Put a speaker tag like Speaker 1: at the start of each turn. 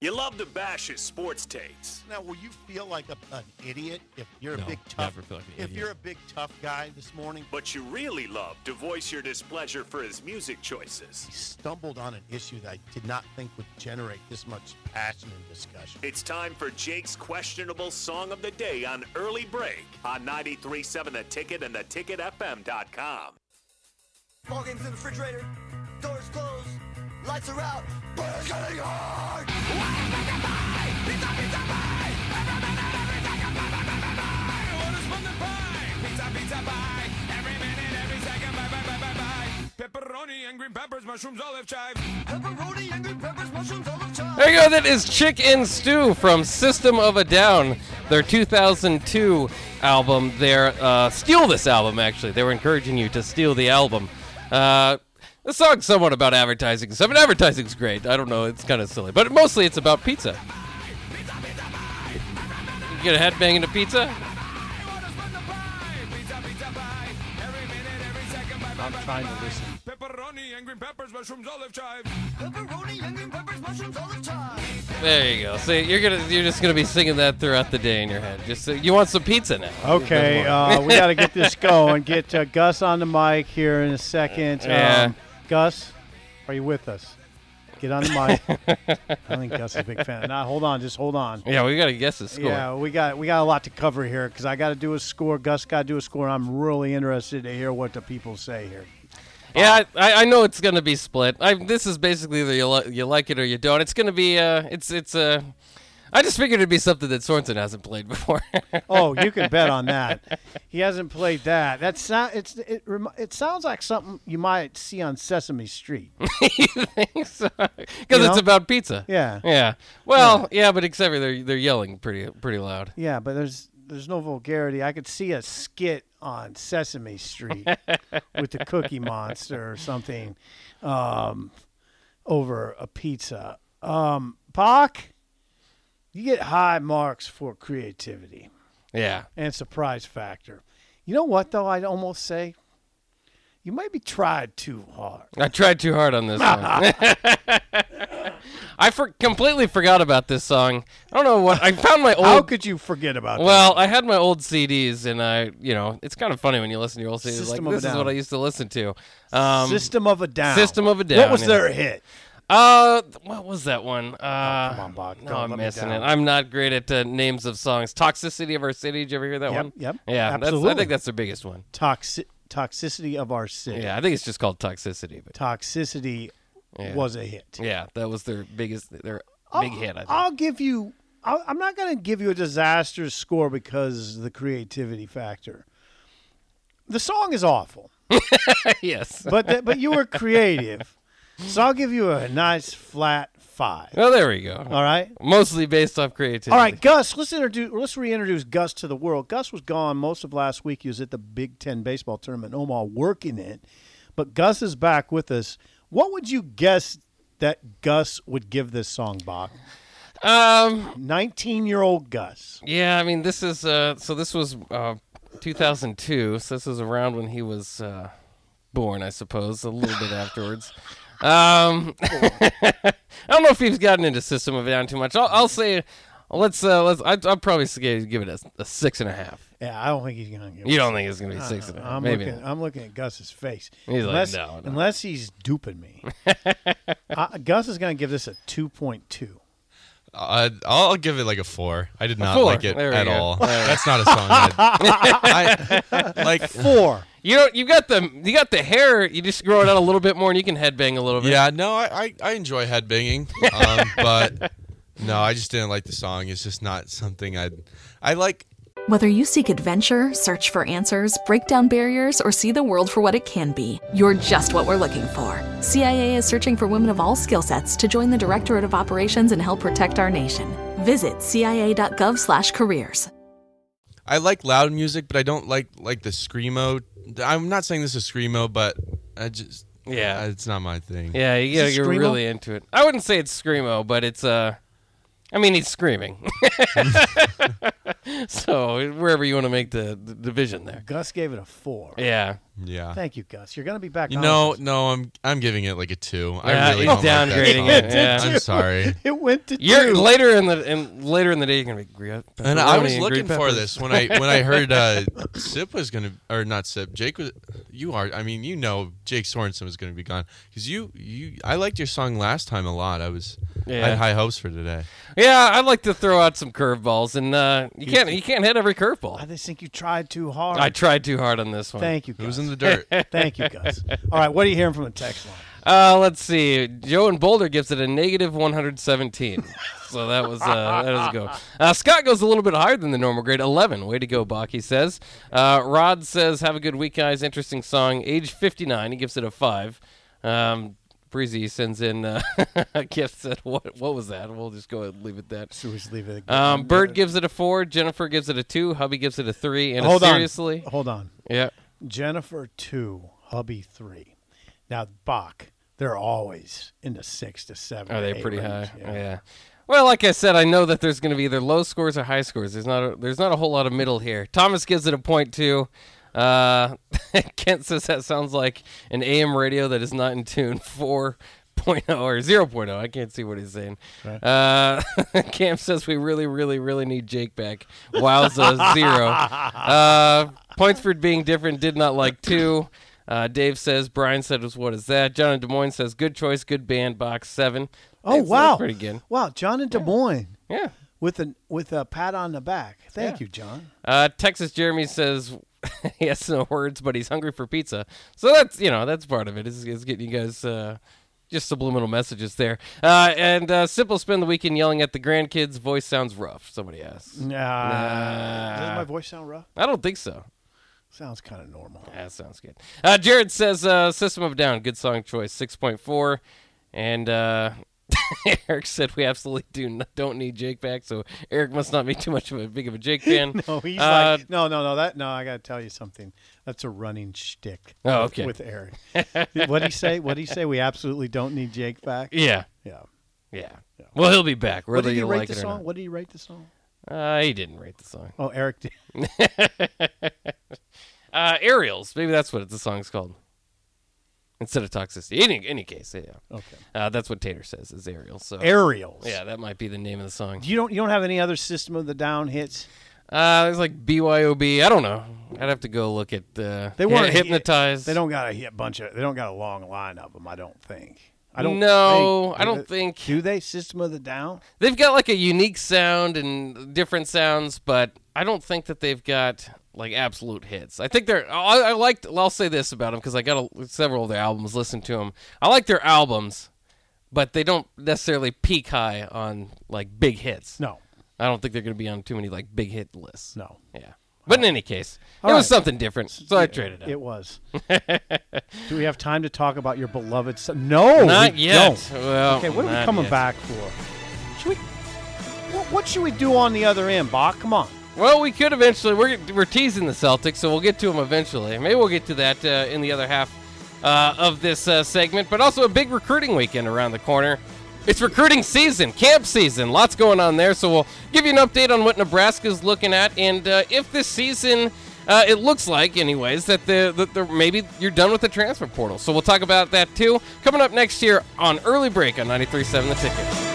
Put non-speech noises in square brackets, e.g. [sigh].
Speaker 1: You love to bash his sports takes.
Speaker 2: Now, will you feel like a, an idiot if you're a
Speaker 3: No,
Speaker 2: big tough?
Speaker 3: never feel like an
Speaker 2: if
Speaker 3: idiot.
Speaker 2: you're a big tough guy this morning,
Speaker 1: But you really love to voice your displeasure for his music choices.
Speaker 2: he stumbled on an issue that I did not think would generate this much passion and discussion.
Speaker 1: It's time for Jake's questionable song of the day on Early Break on 93.7 The Ticket and theticketfm.com.
Speaker 4: Ball games in the refrigerator. Doors closed. Lights are out. But it's getting hard.
Speaker 5: Pepperoni and green peppers, mushrooms, olive chive.
Speaker 4: Pepperoni, angry peppers, mushrooms, olive chives.
Speaker 3: There you go. That is Chick and Stew from System of a Down, their 2002 album. Their uh, steal this album. Actually, they were encouraging you to steal the album. Uh, the song's somewhat about advertising. So, I mean, advertising's great. I don't know. It's kind of silly, but mostly it's about pizza. You get a headbang into pizza.
Speaker 5: I'm trying to listen. Pepperoni and green peppers, mushrooms, olive chive.
Speaker 4: Pepperoni, angry peppers, mushrooms, olive chives.
Speaker 3: There you go. See, you're gonna you're just gonna be singing that throughout the day in your head. Just uh, you want some pizza now.
Speaker 6: Okay, uh, we got to get this going. Get uh, Gus on the mic here in a second. Um,
Speaker 3: Yeah.
Speaker 6: Gus, are you with us? Get on the mic. I don't think Gus is a big fan. Now, hold on, just hold on.
Speaker 3: Yeah, we gotta guess the score.
Speaker 6: Yeah, we got we got a lot to cover here because I got to do a score. Gus got to do a score. I'm really interested to hear what the people say here.
Speaker 3: Yeah, I, I know it's gonna be split. I, this is basically the you, li- you like it or you don't. It's gonna be uh, it's it's uh, I just figured it'd be something that Sorensen hasn't played [laughs] before.
Speaker 6: Oh, you can bet on that. He hasn't played that. That's not. It's it. rem- It sounds like something you might see on Sesame Street.
Speaker 3: you think so? Because
Speaker 6: You
Speaker 3: it's
Speaker 6: know?
Speaker 3: about pizza.
Speaker 6: Yeah.
Speaker 3: Yeah. Well, yeah, but except for they're they're yelling pretty pretty loud.
Speaker 6: Yeah, but there's there's no vulgarity. I could see a skit on Sesame Street
Speaker 3: [laughs]
Speaker 6: with the Cookie Monster or something um, over a pizza. Um, Bach, you get high marks for creativity
Speaker 3: Yeah.
Speaker 6: and surprise factor. You know what though? I'd almost say you might be tried too hard.
Speaker 3: I tried too hard on this one. [laughs] I for- completely forgot about this song. I don't know what I found my
Speaker 6: How
Speaker 3: old.
Speaker 6: could you forget about that?
Speaker 3: Well, I had my old CDs, and I, you know, it's kind of funny when you listen to your old CDs.
Speaker 6: System
Speaker 3: like
Speaker 6: of a
Speaker 3: this is
Speaker 6: Down.
Speaker 3: what I used to listen to. Um,
Speaker 6: System of a Down.
Speaker 3: System of a
Speaker 6: What
Speaker 3: Down,
Speaker 6: was
Speaker 3: yeah.
Speaker 6: their hit?
Speaker 3: Uh, what was that one? Uh,
Speaker 6: Oh, come on, Bach.
Speaker 3: No,
Speaker 6: Don't
Speaker 3: I'm
Speaker 6: let me
Speaker 3: missing it.
Speaker 6: down.
Speaker 3: I'm not great at uh, names of songs. Toxicity of Our City. Did you ever hear that
Speaker 6: Yep,
Speaker 3: one?
Speaker 6: yep,
Speaker 3: Yeah, that's, I
Speaker 6: absolutely.
Speaker 3: think that's the biggest one.
Speaker 6: Toxic toxicity of our city.
Speaker 3: Yeah, I think it's just called Toxicity. But
Speaker 6: toxicity
Speaker 3: Yeah.
Speaker 6: was a hit.
Speaker 3: yeah, that was their biggest, their big
Speaker 6: Oh,
Speaker 3: hit. I think.
Speaker 6: I'll give you. I'll, I'm not going to give you a disastrous score because of the creativity factor. The song is awful,
Speaker 3: [laughs] yes.
Speaker 6: but th-
Speaker 3: [laughs]
Speaker 6: but you were creative, so I'll give you a nice flat five.
Speaker 3: Well, there we go.
Speaker 6: All right.
Speaker 3: Mostly based off creativity.
Speaker 6: All right, Gus. Let's introduce. Let's reintroduce Gus to the world. Gus was gone most of last week. He was at the Big Ten baseball tournament in Omaha working it, but Gus is back with us. What would you guess that Gus would give this song, Bach?
Speaker 3: Um.
Speaker 6: Nineteen-year-old Gus.
Speaker 3: Yeah. I mean, this is. Uh. So this was. Uh. 2002. So this was around when he was uh, born, I suppose. A little bit
Speaker 6: [laughs]
Speaker 3: afterwards. Um. [laughs] I don't know if he's gotten into System of a Down too much. I'll, I'll say. Let's. Uh. Let's. I'd, I'd probably say give it a, a six and a half.
Speaker 6: Yeah, I don't think he's gonna get.
Speaker 3: You don't think it's gonna be six and a half?
Speaker 6: Ah, I'm
Speaker 3: Maybe.
Speaker 6: looking.
Speaker 3: not.
Speaker 6: I'm looking at Gus's face.
Speaker 3: He's like,
Speaker 6: unless,
Speaker 3: "No, no."
Speaker 6: unless he's
Speaker 3: [laughs]
Speaker 6: duping me. uh, Gus is gonna give this a two point two.
Speaker 7: I, I'll give it like a four. I did not
Speaker 3: four.
Speaker 7: like it
Speaker 3: There we
Speaker 7: at
Speaker 3: go.
Speaker 7: all. That's not a song.
Speaker 5: [laughs]
Speaker 7: I, I like.
Speaker 6: Four.
Speaker 3: You don't. You got the. You got the hair. You just grow it out a little bit more, and you can headbang a little bit.
Speaker 7: Yeah, no, I, I, I enjoy headbanging, um, but no, I just didn't like the song. It's just not something I I like.
Speaker 8: Whether you seek adventure, search for answers, break down barriers, or see the world for what it can be, you're just what we're looking for. CIA is searching for women of all skill sets to join the Directorate of Operations and help protect our nation. Visit cia.gov/careers.
Speaker 7: I like loud music, but I don't like like the screamo. I'm not saying this is screamo, but I just
Speaker 3: Yeah.
Speaker 7: it's not my thing.
Speaker 3: Yeah, you gotta
Speaker 6: it
Speaker 3: get
Speaker 6: screamo?
Speaker 3: really into it. I wouldn't say it's screamo, but it's uh, I mean he's screaming. [laughs] so wherever you want to make the, the division there.
Speaker 6: Gus gave it a four.
Speaker 3: Yeah,
Speaker 7: Yeah.
Speaker 6: Thank you, Gus. You're going to be back. on [laughs]
Speaker 7: no,
Speaker 6: with us.
Speaker 7: no, I'm I'm giving it like a two.
Speaker 3: Yeah,
Speaker 7: I really
Speaker 3: he's
Speaker 7: don't like that
Speaker 3: downgrading
Speaker 7: song.
Speaker 3: it, yeah.
Speaker 7: I'm
Speaker 6: [laughs]
Speaker 7: sorry.
Speaker 6: it went to
Speaker 3: You're
Speaker 6: two.
Speaker 3: later in the in later in the day you're gonna be uh, green.
Speaker 7: And I was looking for this when I when I
Speaker 3: [laughs]
Speaker 7: heard uh, Sip was gonna or not Sip Jake was you are I mean you know Jake Sorensen was gonna be gone because you you I liked your song last time a lot I was I
Speaker 3: Yeah.
Speaker 7: had high hopes for today
Speaker 3: Yeah, I like to throw out some curveballs, and uh, you can't you can't hit every
Speaker 6: I
Speaker 3: curveball.
Speaker 6: just think you tried too hard.
Speaker 3: I tried too hard on this one.
Speaker 6: Thank you, Gus.
Speaker 7: it was in the dirt
Speaker 3: [laughs]
Speaker 6: Thank you, Gus. All right, what are you hearing from the text line?
Speaker 3: Uh, let's see. Joe in Boulder gives it a negative 117. so that was uh, that was a go. Uh, Scott goes a little bit higher than the normal grade, 11. Way to go, Bach. He says. Uh, Rod says, "Have a good week, guys. Interesting song. Age 59. He gives it a five. Um, Breezy sends in uh, [laughs] a gift that what what was that? We'll just go ahead and leave it that.
Speaker 6: So we just leave it. at-
Speaker 3: Um, Bird gives it a four. Jennifer gives it a two. Hubby gives it a three. And
Speaker 6: Hold
Speaker 3: seriously,
Speaker 6: on. Hold on.
Speaker 3: yeah.
Speaker 6: Jennifer two, hubby three. Now Bach, they're always in the six to seven.
Speaker 3: Are
Speaker 6: to
Speaker 3: they
Speaker 6: eight
Speaker 3: pretty
Speaker 6: range,
Speaker 3: high? Yeah. Well, like I said, I know that there's going to be either low scores or high scores. There's not a, there's not a whole lot of middle here. Thomas gives it a point two. Uh, [laughs] Kent says that sounds like an AM radio that is not in tune. [laughs] Four. oh or 0.0 i can't see what he's saying uh [laughs] cam says we really really really need jake back wowza zero uh points for being different did not like two uh dave says brian said was what is that john in des moines says good choice good band box seven
Speaker 6: Oh
Speaker 3: That's- that's
Speaker 6: wow,
Speaker 3: pretty good
Speaker 6: Wow, John in Des Moines
Speaker 3: yeah.
Speaker 6: with a with a pat on the back. Thank you, John.
Speaker 3: Uh, Texas Jeremy says [laughs] he has no words, but he's hungry for pizza. So that's you know that's part of it is, is getting you guys uh, just subliminal messages there. Uh, and uh, simple spend the weekend yelling at the grandkids. Voice sounds rough. Somebody asks.
Speaker 6: Nah. Does my voice sound rough?
Speaker 3: I don't think so. Ah,
Speaker 6: Sounds kind of normal.
Speaker 3: [laughs] That sounds good. Uh, Jared says uh, System of a Down, good song choice, six point four, and uh, [laughs] Eric said we absolutely do n- don't need Jake back, so Eric must not be too much of a big of a Jake fan.
Speaker 6: [laughs] No, Oh, he's
Speaker 3: Uh,
Speaker 6: like, no, no, no. That no, I gotta tell you something. That's a running shtick.
Speaker 3: Oh,
Speaker 6: with-
Speaker 3: okay.
Speaker 6: With
Speaker 3: [laughs]
Speaker 6: Eric, what he say? What he say? We absolutely don't need Jake back.
Speaker 3: yeah,
Speaker 6: Yeah.
Speaker 3: yeah, Well, he'll be back
Speaker 6: What
Speaker 3: whether
Speaker 6: did he
Speaker 3: you
Speaker 6: rate
Speaker 3: like
Speaker 6: the
Speaker 3: it or
Speaker 6: song?
Speaker 3: not.
Speaker 6: What did he rate the song?
Speaker 3: Uh, he didn't rate the song.
Speaker 6: Oh, Eric did. [laughs]
Speaker 3: Uh, Aerials, maybe that's what the song's called. Instead of toxicity, any any case, yeah.
Speaker 6: Okay.
Speaker 3: Uh, that's what Tater says is Aerials. So
Speaker 6: Aerials.
Speaker 3: yeah, that might be the name of the song.
Speaker 6: You don't you don't have any other System of the Down hits?
Speaker 3: Uh, it's like BYOB. I don't know. I'd have to go look at. Uh,
Speaker 6: They weren't hit-
Speaker 3: hypnotized.
Speaker 6: They don't got a hit bunch of. They don't got a long line of them. I don't think. I don't.
Speaker 3: No,
Speaker 6: think.
Speaker 3: I don't think-
Speaker 6: Do they System of the Down?
Speaker 3: They've got like a unique sound and different sounds, but I don't think that they've got like absolute hits. I think they're. I, I liked. I'll say this about them because I got a, several of their albums. Listen to them. I like their albums, but they don't necessarily peak high on like big hits.
Speaker 6: No,
Speaker 3: I don't think they're going to be on too many like big hit lists.
Speaker 6: no.
Speaker 3: Yeah. But in any case, it was
Speaker 6: right.
Speaker 3: something different, so I traded it. [laughs]
Speaker 6: It was. Do we have time to talk about your beloved? Son? No,
Speaker 3: Not
Speaker 6: we
Speaker 3: yet.
Speaker 6: don't.
Speaker 3: Well,
Speaker 6: okay, what are we
Speaker 3: not
Speaker 6: coming
Speaker 3: yet.
Speaker 6: back for? Should we? What, what should we do on the other end, Bach? Come on.
Speaker 3: Well, we could eventually. We're, we're teasing the Celtics, so we'll get to them eventually. Maybe we'll get to that uh, in the other half uh, of this uh, segment, but also a big recruiting weekend around the corner. It's recruiting season, camp season, lots going on there. So we'll give you an update on what Nebraska's looking at, and uh, if this season, uh, it looks like, anyways, that the, the, the maybe you're done with the transfer portal. So we'll talk about that too coming up next year on early break on 93.7 The Ticket.